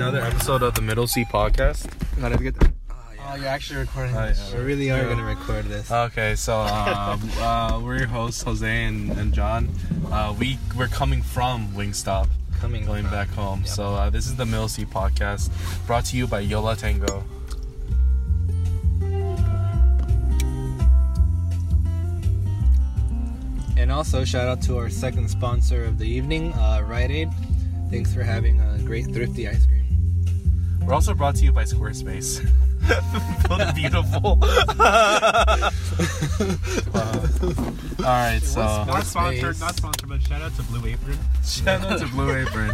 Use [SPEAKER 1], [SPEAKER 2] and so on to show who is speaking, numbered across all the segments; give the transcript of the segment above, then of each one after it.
[SPEAKER 1] episode of the Middle Sea Podcast.
[SPEAKER 2] Gotta get the-
[SPEAKER 3] Oh, you're actually recording
[SPEAKER 2] Oh,
[SPEAKER 3] this.
[SPEAKER 2] yeah.
[SPEAKER 3] We really are
[SPEAKER 2] Yeah.
[SPEAKER 3] gonna record this.
[SPEAKER 2] Okay, so uh, uh, we're your hosts, Jose and, and John. Uh, we we're coming from Wingstop,
[SPEAKER 3] Coming
[SPEAKER 2] going
[SPEAKER 3] from-
[SPEAKER 2] back home.
[SPEAKER 3] Yep.
[SPEAKER 2] So uh, this is the Middle Sea Podcast, brought to you by Yola Tango.
[SPEAKER 3] And also, shout out to our second sponsor of the evening, uh, Rite Aid. Thanks for having a great thrifty ice cream.
[SPEAKER 2] We're also brought to you by Squarespace. Build it beautiful. Wow. all right, so
[SPEAKER 4] Not sponsored,
[SPEAKER 3] Squarespace.
[SPEAKER 4] not sponsored, but shout out to Blue Apron.
[SPEAKER 2] shout out to Blue Apron.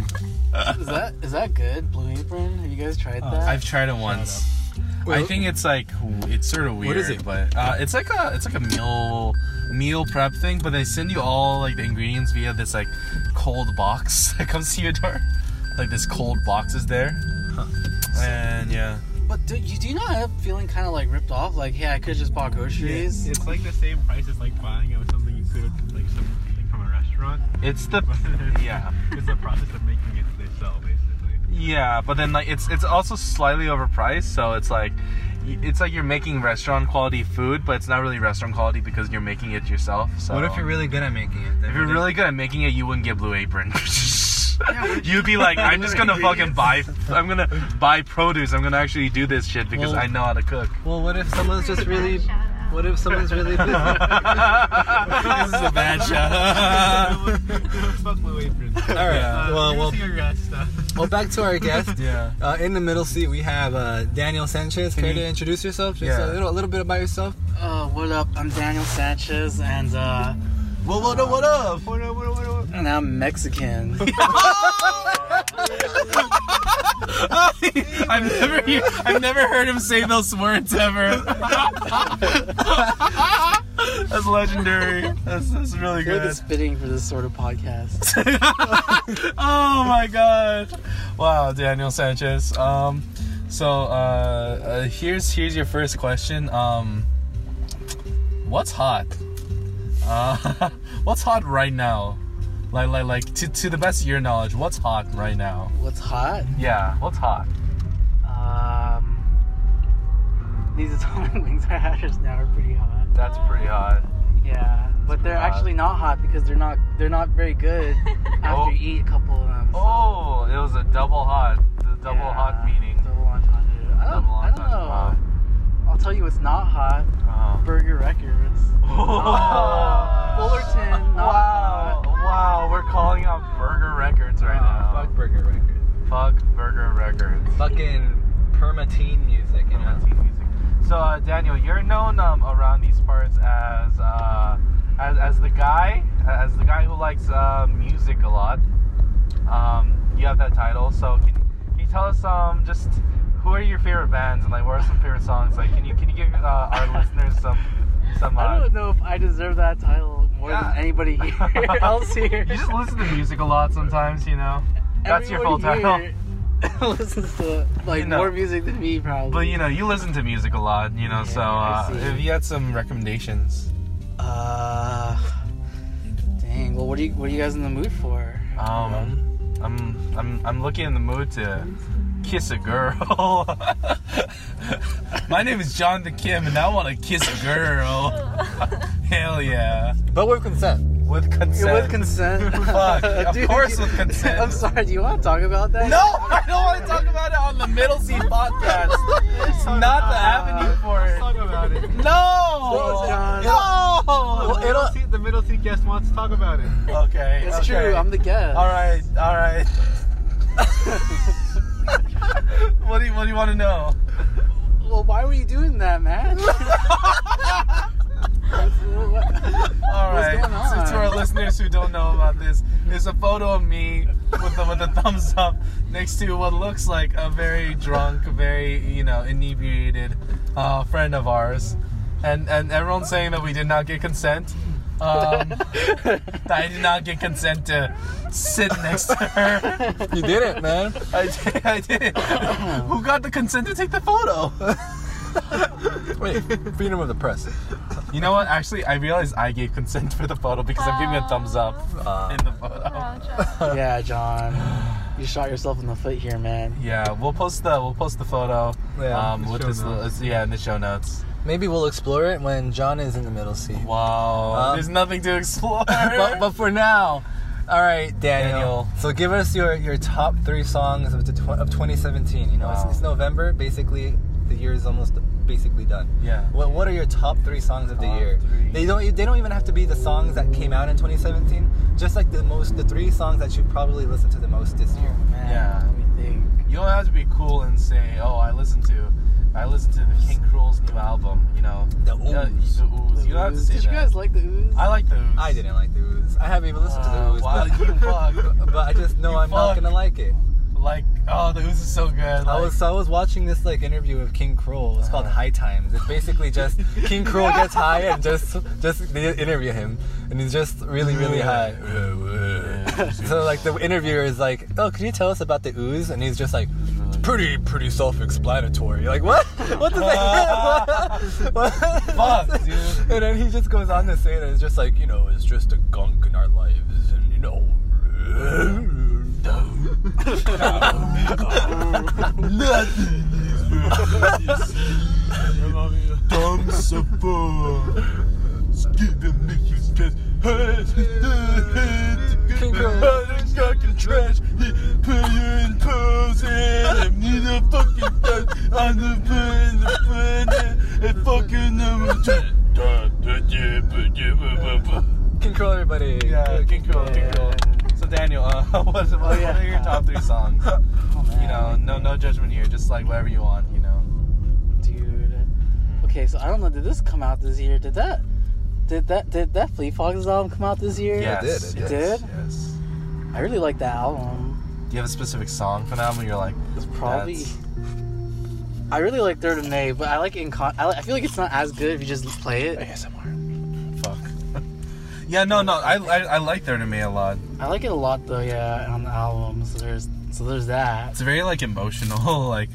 [SPEAKER 5] Is that is that good? Blue Apron? Have you guys tried
[SPEAKER 3] Oh,
[SPEAKER 5] that?
[SPEAKER 2] I've tried it once. I think it's like it's sort of weird.
[SPEAKER 3] is it?
[SPEAKER 2] But uh, it's like a it's like a meal meal prep thing. But they send you all like the ingredients via this like cold box that comes to your door. Like this cold box is there. And yeah,
[SPEAKER 5] but do you do you not have feeling kind of like ripped off? Like, hey, I could just bought groceries.
[SPEAKER 4] It's like the same price as like buying it with something you could have like something from a restaurant.
[SPEAKER 2] it's the yeah
[SPEAKER 4] It's the process of making it that they sell basically.
[SPEAKER 2] yeah. But then like it's it's also slightly overpriced. So it's like y- it's like you're making restaurant quality food, but it's not really restaurant quality because you're making it yourself. So
[SPEAKER 3] What if you're really good at making it?
[SPEAKER 2] If you're really good at making it, you wouldn't get Blue Apron. You'd be like, I'm just gonna fucking buy. I'm gonna buy produce. I'm gonna actually do this shit because
[SPEAKER 3] Well-
[SPEAKER 2] I know how to cook.
[SPEAKER 3] Well, what if someone's just really? What if someone's really
[SPEAKER 2] this
[SPEAKER 3] busy?
[SPEAKER 2] is a bad shot.
[SPEAKER 4] Fuck Blue Apron. All
[SPEAKER 3] right, well,
[SPEAKER 4] Well,
[SPEAKER 3] well-
[SPEAKER 4] well. Your guest stuff.
[SPEAKER 3] well, back to our guest.
[SPEAKER 2] yeah.
[SPEAKER 3] Uh, in the middle seat, we have uh, Daniel Sanchez. Care
[SPEAKER 5] Mm-hmm.
[SPEAKER 2] you-
[SPEAKER 3] to introduce yourself? Just
[SPEAKER 2] Yeah.
[SPEAKER 3] a little, a little bit about yourself.
[SPEAKER 5] Uh, what up? I'm Daniel Sanchez, and uh,
[SPEAKER 2] Well, what up? What up?
[SPEAKER 4] What up, what up, what up?
[SPEAKER 5] and I'm Mexican.
[SPEAKER 2] I've never, hear, I've never heard him say those words ever. that's legendary. That's, that's really
[SPEAKER 5] You're
[SPEAKER 2] good.
[SPEAKER 5] the spitting for this sort of podcast.
[SPEAKER 2] oh my god! Wow, Daniel Sanchez. Um, so uh, uh, here's here's your first question. Um, what's hot? Uh, what's hot right now? Like like like to to the best of your knowledge, what's hot right now?
[SPEAKER 5] What's hot?
[SPEAKER 2] Yeah, what's hot?
[SPEAKER 5] Um, these atomic wings I had just now are pretty hot.
[SPEAKER 2] That's pretty hot.
[SPEAKER 5] Yeah, but they're
[SPEAKER 2] hot.
[SPEAKER 5] actually not hot because they're not they're not very good after
[SPEAKER 2] Oh.
[SPEAKER 5] you eat a couple of them. so-
[SPEAKER 2] Oh, it was a double hot. The double
[SPEAKER 5] Yeah,
[SPEAKER 2] hot meaning.
[SPEAKER 5] Double entendre. I don't,
[SPEAKER 2] Double
[SPEAKER 5] I don't
[SPEAKER 2] entendre.
[SPEAKER 5] know. I'll tell you what's not hot.
[SPEAKER 2] Uh-huh.
[SPEAKER 5] Burger Records.
[SPEAKER 2] Oh.
[SPEAKER 5] Fullerton, not
[SPEAKER 2] wow,
[SPEAKER 5] hot.
[SPEAKER 2] wow, we're calling out Burger Records right now.
[SPEAKER 3] Fuck Burger Records.
[SPEAKER 2] Fuck Burger Records.
[SPEAKER 3] Fucking permateen music, you know.
[SPEAKER 2] Romantic music. So uh, Daniel, you're known um, around these parts as uh, as as the guy as the guy who likes uh, music a lot. Um, you have that title, so can, can you tell us um just who are your favorite bands and like what are some favorite songs? Like can you can you give uh, our listeners some some? Uh,
[SPEAKER 5] I don't know if I deserve that title more
[SPEAKER 2] Yeah.
[SPEAKER 5] than anybody here else here.
[SPEAKER 2] You just listen to music a lot sometimes, you know. That's your full
[SPEAKER 5] Everyone
[SPEAKER 2] title.
[SPEAKER 5] here listens to like
[SPEAKER 2] You know.
[SPEAKER 5] more music than me probably.
[SPEAKER 2] But you know, you listen to music a lot, you know. so
[SPEAKER 5] Yeah, I
[SPEAKER 2] uh,
[SPEAKER 5] see.
[SPEAKER 2] if you had some recommendations,
[SPEAKER 5] Uh, dang. Well, what are you what are you guys in the mood for?
[SPEAKER 2] um, I'm I'm I'm looking in the mood to kiss a girl. My name is John the Kim, and I want to kiss a girl. Hell yeah,
[SPEAKER 3] But with consent.
[SPEAKER 2] with consent.
[SPEAKER 5] You're with consent.
[SPEAKER 2] Fuck, of
[SPEAKER 5] Dude,
[SPEAKER 2] course
[SPEAKER 5] you-
[SPEAKER 2] with consent.
[SPEAKER 5] I'm sorry. Do you want to talk about that?
[SPEAKER 2] No, I don't want to talk about it on the Middle Sea podcast. It's not the avenue for it.
[SPEAKER 4] Talk about it.
[SPEAKER 2] No!
[SPEAKER 5] John.
[SPEAKER 2] No!
[SPEAKER 4] the, middle seat, the middle seat guest wants to talk about it.
[SPEAKER 2] Okay.
[SPEAKER 5] It's true. I'm the guest.
[SPEAKER 2] Alright, alright. what do you what do you want to know?
[SPEAKER 5] Well, why were you doing that, man?
[SPEAKER 2] Alright.
[SPEAKER 5] going on?
[SPEAKER 2] So to our listeners who don't know about this, there's a photo of me with a, with a thumbs up next to what looks like a very drunk, very, you know, inebriated uh, friend of ours. And and everyone's saying that we did not get consent. Um, I did not get consent to sit next to her.
[SPEAKER 3] You did it, man.
[SPEAKER 2] I did. I did. Who got the consent to take the photo?
[SPEAKER 3] Wait, freedom of the press.
[SPEAKER 2] You know what? Actually, I realized I gave consent for the photo because I'm giving a thumbs up
[SPEAKER 3] Uh,
[SPEAKER 2] in the photo.
[SPEAKER 5] yeah, John. You shot yourself in the foot here, man.
[SPEAKER 2] Yeah, we'll post the we'll post the photo
[SPEAKER 3] Yeah,
[SPEAKER 2] um,
[SPEAKER 4] the
[SPEAKER 2] with
[SPEAKER 4] show
[SPEAKER 2] this little,
[SPEAKER 4] notes.
[SPEAKER 2] yeah in the show notes.
[SPEAKER 3] Maybe we'll explore it when John is in the middle seat.
[SPEAKER 2] Wow,
[SPEAKER 3] Um,
[SPEAKER 2] there's nothing to explore.
[SPEAKER 3] but, but for now, all right, Daniel.
[SPEAKER 2] Daniel.
[SPEAKER 3] So give us your, your top three songs of, the tw- of 2017. You know,
[SPEAKER 2] Wow.
[SPEAKER 3] it's, it's November. Basically, the year is almost basically done.
[SPEAKER 2] yeah,
[SPEAKER 3] What, what are your top three songs of the
[SPEAKER 2] Top
[SPEAKER 3] year?
[SPEAKER 2] three.
[SPEAKER 3] They don't they don't even have to be the songs that came out in 2017. Just like the most the three songs that you probably listened to the most this year.
[SPEAKER 5] man.
[SPEAKER 2] Yeah.
[SPEAKER 5] Let me think.
[SPEAKER 2] you don't have to be cool and say, oh, I listened to, I listened to the King Cruel's new album. You know,
[SPEAKER 3] The
[SPEAKER 2] You know,
[SPEAKER 3] Ooze.
[SPEAKER 2] the Ooze. You don't have to say that.
[SPEAKER 5] Did you guys like the ooze?
[SPEAKER 2] I like the Ooze.
[SPEAKER 3] I didn't like the Ooze. I haven't even listened to the
[SPEAKER 2] Wow,
[SPEAKER 3] Ooze.
[SPEAKER 2] wow,
[SPEAKER 3] but,
[SPEAKER 2] you Uh, fuck.
[SPEAKER 3] but I just know
[SPEAKER 2] You
[SPEAKER 3] I'm not
[SPEAKER 2] fuck.
[SPEAKER 3] gonna like it.
[SPEAKER 2] Like, oh, the Ooze is so good.
[SPEAKER 3] I
[SPEAKER 2] Like,
[SPEAKER 3] was so I was watching this like interview of King Kroll. It's called
[SPEAKER 2] Uh-huh.
[SPEAKER 3] High Times. It's basically just King Kroll gets high and just just they interview him, and he's just really really high. so like the interviewer is like, "Oh, can you tell us about the ooze?" And he's just like, "It's pretty pretty self-explanatory." You're like, "What? What does that? what?
[SPEAKER 2] Fuck, dude.
[SPEAKER 3] And then he just goes on to say that it's just like you know it's just a gunk in our lives, and you know.
[SPEAKER 2] thumbs up.
[SPEAKER 3] King Kroll.
[SPEAKER 2] trash. Put you in pose and need a fucking dun. I'm the pen, the pen, and fucking number two.
[SPEAKER 3] King Kroll, everybody.
[SPEAKER 2] Yeah, King Cool, King Cool. So Daniel, uh, what, what, what
[SPEAKER 5] yeah.
[SPEAKER 2] are your top three songs?
[SPEAKER 5] Oh,
[SPEAKER 2] You know, no no judgment here, just like whatever you want, you know.
[SPEAKER 5] dude.
[SPEAKER 2] Mm-hmm.
[SPEAKER 5] Okay, so I don't know. Did this come out this year? Did that? Did that? Did that Fleet Foxes album come out this year?
[SPEAKER 2] Yes,
[SPEAKER 3] did, it
[SPEAKER 2] yes,
[SPEAKER 5] did.
[SPEAKER 2] Yes.
[SPEAKER 5] I really like that album.
[SPEAKER 2] Do you have a specific song for now? You're like,
[SPEAKER 5] It's probably.
[SPEAKER 2] That's-
[SPEAKER 5] I really like Third and May, but I like in con- I, li- I feel like it's not as good if you just play it.
[SPEAKER 2] fuck. yeah, no, no, I I, I like there to me a lot.
[SPEAKER 5] I like it a lot though. Yeah, on the album. So there's so there's that.
[SPEAKER 2] It's very like emotional, like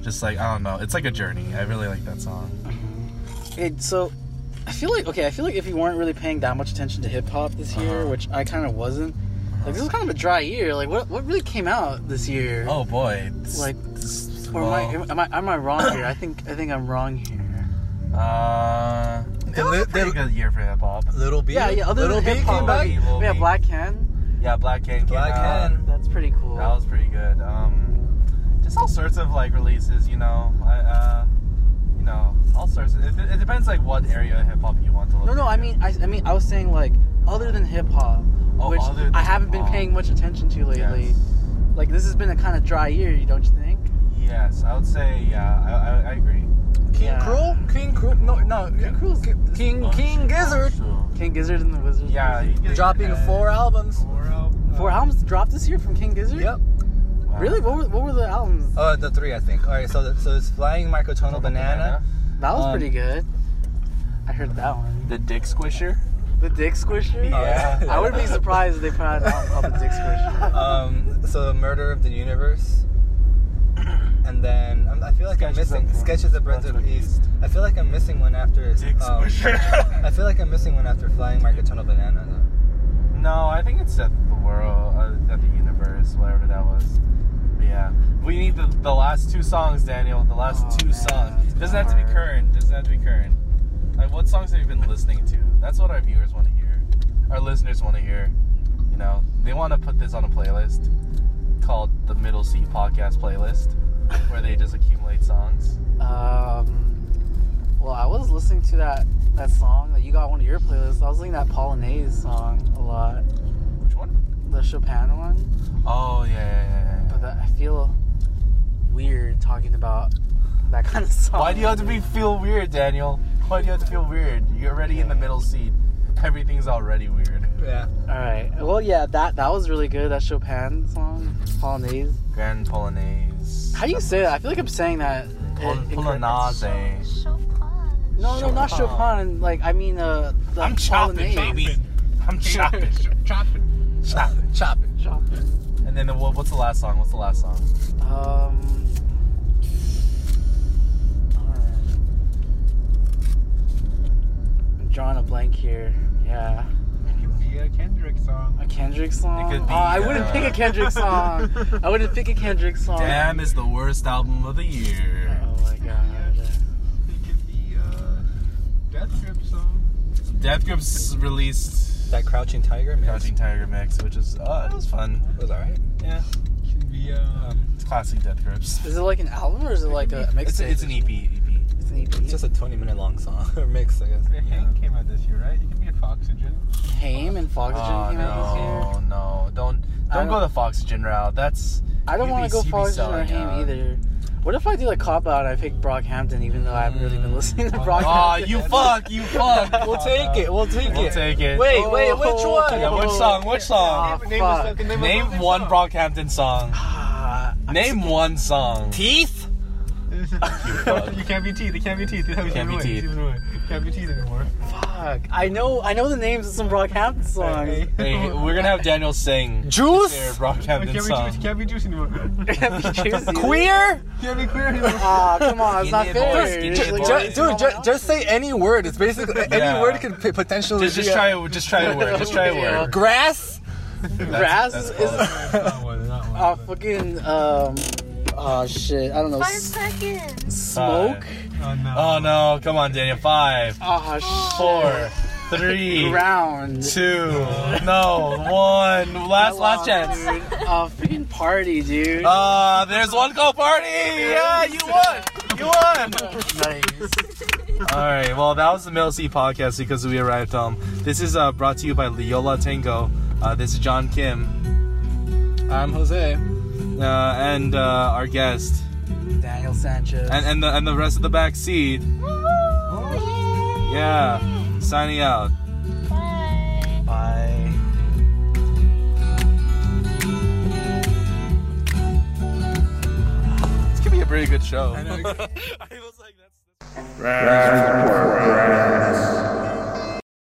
[SPEAKER 2] just like I don't know. It's like a journey. I really like that song.
[SPEAKER 5] It, so, I feel like okay. I feel like if you weren't really paying that much attention to hip hop this year,
[SPEAKER 2] Uh-huh.
[SPEAKER 5] which I kind of wasn't, like this was kind of a dry year. Like what what really came out this year?
[SPEAKER 2] Oh boy. It's-
[SPEAKER 5] Like,
[SPEAKER 2] it's-
[SPEAKER 5] or
[SPEAKER 2] well,
[SPEAKER 5] am, I, am I am I wrong here? I think I think I'm wrong here.
[SPEAKER 2] uh, it was a
[SPEAKER 3] They-
[SPEAKER 2] pretty
[SPEAKER 3] they-
[SPEAKER 2] good year for hip hop.
[SPEAKER 3] Little B.
[SPEAKER 5] Yeah, yeah. Other
[SPEAKER 3] Little
[SPEAKER 5] than
[SPEAKER 3] B
[SPEAKER 5] hip hop,
[SPEAKER 3] came back.
[SPEAKER 2] like- Lil
[SPEAKER 5] yeah,
[SPEAKER 2] B.
[SPEAKER 5] Black Hen.
[SPEAKER 2] Yeah, Black Hand came
[SPEAKER 3] Black
[SPEAKER 2] out.
[SPEAKER 3] Hand.
[SPEAKER 5] That's pretty cool.
[SPEAKER 2] That was pretty good. Um, just all sorts of like releases, you know. I, uh, you know, all sorts. Of, it, it depends like what area of hip hop you want to look.
[SPEAKER 5] no, no. I
[SPEAKER 2] into.
[SPEAKER 5] mean, I, I mean, I was saying like other than hip hop,
[SPEAKER 2] Oh,
[SPEAKER 5] which
[SPEAKER 2] other than
[SPEAKER 5] I haven't been
[SPEAKER 2] hip-hop.
[SPEAKER 5] paying much attention to lately.
[SPEAKER 2] Yes.
[SPEAKER 5] Like this has been a kind of dry year, you don't you think?
[SPEAKER 2] Yes, I would say yeah. I, I, I agree.
[SPEAKER 3] King
[SPEAKER 5] Yeah.
[SPEAKER 3] Cruel? King Cruel? No, no. King
[SPEAKER 5] Cruel's-
[SPEAKER 3] King, King Gizzard.
[SPEAKER 5] King Gizzard and the Wizards.
[SPEAKER 2] Yeah, he did-
[SPEAKER 3] Dropping
[SPEAKER 2] uh,
[SPEAKER 3] four albums.
[SPEAKER 4] Four albums.
[SPEAKER 5] Four albums dropped this year from King Gizzard.
[SPEAKER 3] Yep.
[SPEAKER 2] wow.
[SPEAKER 5] Really? What were, what were the albums?
[SPEAKER 3] Uh, the three, I think. All right, so the, so it's Flying Microtonal Banana.
[SPEAKER 5] that was
[SPEAKER 3] um,
[SPEAKER 5] pretty good. I heard that one.
[SPEAKER 2] The Dick Squisher.
[SPEAKER 5] The Dick Squisher?
[SPEAKER 2] Yeah.
[SPEAKER 5] I would be surprised if they put out an album called The Dick Squisher.
[SPEAKER 3] Um, so Murder of the Universe. And then um, I feel like
[SPEAKER 2] Sketches
[SPEAKER 3] I'm missing
[SPEAKER 2] of-
[SPEAKER 3] Sketches of Breath of the East. I feel like I'm missing one after.
[SPEAKER 2] Dick
[SPEAKER 3] um,
[SPEAKER 2] Squisher.
[SPEAKER 3] I feel like I'm missing one after Flying Microtonal Banana. Though.
[SPEAKER 2] no, I think it's at the world, uh, at the universe, whatever that was. But yeah, we need the, the last two songs, Daniel. The last
[SPEAKER 5] Oh,
[SPEAKER 2] two
[SPEAKER 5] man,
[SPEAKER 2] songs.
[SPEAKER 5] that's
[SPEAKER 2] Doesn't have to be
[SPEAKER 5] hard.
[SPEAKER 2] current. Doesn't have to be current. Like, what songs have you been listening to? That's what our viewers want to hear. Our listeners want to hear. You know, they want to put this on a playlist called the Middle Seat Podcast Playlist, where they just accumulate songs.
[SPEAKER 5] Um, well, I was listening to that, that song that you got on one of your playlists. I was listening to that Polonaise song a lot.
[SPEAKER 2] Which one?
[SPEAKER 5] The Chopin one.
[SPEAKER 2] Oh yeah, yeah, yeah. yeah,
[SPEAKER 5] But
[SPEAKER 2] yeah.
[SPEAKER 5] that, I feel weird talking about that kind of song.
[SPEAKER 2] Why do you have to be feel weird, Daniel? Why do you have to feel weird? You're already in the middle seat. Everything's already weird.
[SPEAKER 3] Yeah.
[SPEAKER 5] All right. Well, yeah, that that was really good. That Chopin song, Polonaise.
[SPEAKER 2] Grand Polonaise.
[SPEAKER 5] How do you say that? I feel like I'm saying that.
[SPEAKER 2] Pol-
[SPEAKER 5] incorrect.
[SPEAKER 2] Polonaise.
[SPEAKER 5] No, no, not
[SPEAKER 2] Chopin.
[SPEAKER 5] Chopin. Like I mean, uh, the
[SPEAKER 2] I'm chopping,
[SPEAKER 5] Polonaise.
[SPEAKER 2] baby. I'm chopping.
[SPEAKER 4] Chopping. Chopping.
[SPEAKER 2] chopping.
[SPEAKER 3] Chop it.
[SPEAKER 5] Chopin.
[SPEAKER 2] And then what, what's the last song? What's the last song?
[SPEAKER 5] Um. darn. I'm drawing a blank here. Yeah.
[SPEAKER 4] a Kendrick song.
[SPEAKER 5] A Kendrick song?
[SPEAKER 2] could be,
[SPEAKER 5] oh, I wouldn't
[SPEAKER 2] uh,
[SPEAKER 5] pick a Kendrick song. I wouldn't pick a Kendrick song.
[SPEAKER 2] Damn is the worst album of the year.
[SPEAKER 5] Oh my god.
[SPEAKER 4] It could be a Death Grip song.
[SPEAKER 2] Death Grips released
[SPEAKER 3] That Crouching Tiger mix
[SPEAKER 2] Crouching Tiger mix, which is uh, it was fun.
[SPEAKER 3] was alright.
[SPEAKER 2] Yeah,
[SPEAKER 4] It could be um,
[SPEAKER 2] it's classic Death Grips.
[SPEAKER 5] Is it like an album or is it like a mixtape?
[SPEAKER 2] It's, it's an E EP. EP.
[SPEAKER 5] It's an E EP.
[SPEAKER 3] It's just a 20 minute long song or mix, I guess.
[SPEAKER 4] Hank came out this year, right? It could be a Foxygen.
[SPEAKER 5] Haim and Foxygen came
[SPEAKER 2] Oh, no,
[SPEAKER 5] out this year.
[SPEAKER 2] no, don't
[SPEAKER 5] I
[SPEAKER 2] don't go the
[SPEAKER 5] don't-
[SPEAKER 2] Foxygen route. That's
[SPEAKER 5] I don't
[SPEAKER 2] you'd
[SPEAKER 5] want
[SPEAKER 2] be-
[SPEAKER 5] to go
[SPEAKER 2] you'd be
[SPEAKER 5] Foxygen or
[SPEAKER 2] selling
[SPEAKER 5] Haim
[SPEAKER 2] out.
[SPEAKER 5] either. What if I do a cop out and I pick Brockhampton even though I haven't really been listening to
[SPEAKER 2] Aw, Oh,
[SPEAKER 5] Brockhampton?
[SPEAKER 2] you fuck, you fuck.
[SPEAKER 3] We'll take it. We'll take
[SPEAKER 2] We'll
[SPEAKER 3] it.
[SPEAKER 2] take it.
[SPEAKER 3] Wait, wait, which
[SPEAKER 5] Oh.
[SPEAKER 3] one?
[SPEAKER 2] Yeah, which song? Which
[SPEAKER 5] Aw,
[SPEAKER 2] song?
[SPEAKER 5] fuck.
[SPEAKER 2] Ah, Name one Brockhampton song.
[SPEAKER 5] Ah,
[SPEAKER 2] Name one song.
[SPEAKER 3] Teeth?
[SPEAKER 4] you can't be teeth. It can't be teeth. It
[SPEAKER 2] Can't be teeth.
[SPEAKER 4] Can't be teeth anymore.
[SPEAKER 5] fuck. I know I know the names of some Brockhampton songs.
[SPEAKER 2] Hey, we're gonna have Daniel sing their
[SPEAKER 3] Juice?
[SPEAKER 4] It
[SPEAKER 2] Brockhampton
[SPEAKER 4] can't be juice.
[SPEAKER 2] song.
[SPEAKER 4] Can't be juice anymore.
[SPEAKER 5] Can't be choosy.
[SPEAKER 3] Queer?
[SPEAKER 4] Can't be queer anymore.
[SPEAKER 5] Ah, come on, it's
[SPEAKER 2] Give
[SPEAKER 5] not
[SPEAKER 2] me a
[SPEAKER 5] fair.
[SPEAKER 2] voice, give me
[SPEAKER 5] It's
[SPEAKER 2] a
[SPEAKER 5] like-
[SPEAKER 2] voice.
[SPEAKER 3] Ju-
[SPEAKER 5] it's
[SPEAKER 3] dude,
[SPEAKER 5] not
[SPEAKER 3] ju-
[SPEAKER 5] my
[SPEAKER 3] just say any word. It's basically
[SPEAKER 2] Yeah.
[SPEAKER 3] any word could p- potentially
[SPEAKER 2] Just,
[SPEAKER 3] be
[SPEAKER 2] just
[SPEAKER 3] a-
[SPEAKER 2] try it. Just try a word. Just try a
[SPEAKER 5] Yeah.
[SPEAKER 2] word.
[SPEAKER 3] grass.
[SPEAKER 5] Grass
[SPEAKER 2] That's-
[SPEAKER 5] is
[SPEAKER 2] that's close.
[SPEAKER 4] Not one, not one.
[SPEAKER 5] uh, fucking um oh shit, I don't know.
[SPEAKER 1] Five
[SPEAKER 5] s-
[SPEAKER 1] seconds.
[SPEAKER 5] Smoke.
[SPEAKER 4] Oh no.
[SPEAKER 2] Oh no! Come on, Daniel. Five,
[SPEAKER 5] Ah shit.
[SPEAKER 2] four, three,
[SPEAKER 5] Ground.
[SPEAKER 2] two, no, one. Last, last chance.
[SPEAKER 5] Dude, Oh, freaking party, dude.
[SPEAKER 2] Uh, there's one go party. Yeah, you won. You won.
[SPEAKER 5] nice.
[SPEAKER 2] All right. Well, that was the Mill C podcast because we arrived home. This is uh, brought to you by Leola Tango. Uh, this is John Kim
[SPEAKER 3] I'm Jose.
[SPEAKER 2] uh, and uh, our guest
[SPEAKER 5] Daniel Sanchez.
[SPEAKER 2] and and the and the rest of the back seat. Yeah, signing out.
[SPEAKER 1] Bye.
[SPEAKER 5] Bye.
[SPEAKER 2] It's gonna be a pretty good show.
[SPEAKER 3] I know.
[SPEAKER 2] I was like, that's.